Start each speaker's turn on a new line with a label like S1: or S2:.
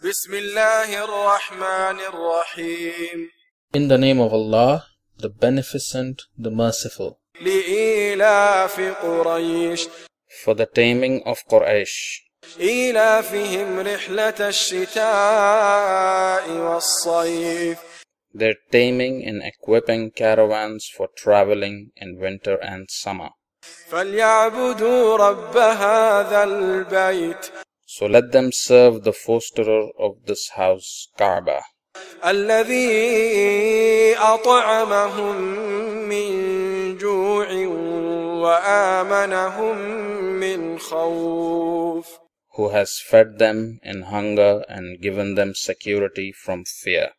S1: بسم الله الرحمن الرحيم
S2: In the name of Allah, the Beneficent, the Merciful.
S1: لإيلاف قريش
S2: For the taming of Quraysh,
S1: إيلافهم رحلة الشتاء والصيف
S2: their taming and equipping caravans for traveling in winter and summer.
S1: فليعبدوا رب هذا البيت
S2: So let them serve the fosterer of this house, Kaaba,
S1: الذي أطعمهم من جوع وآمنهم من خوف
S2: who has fed them in hunger and given them security from fear.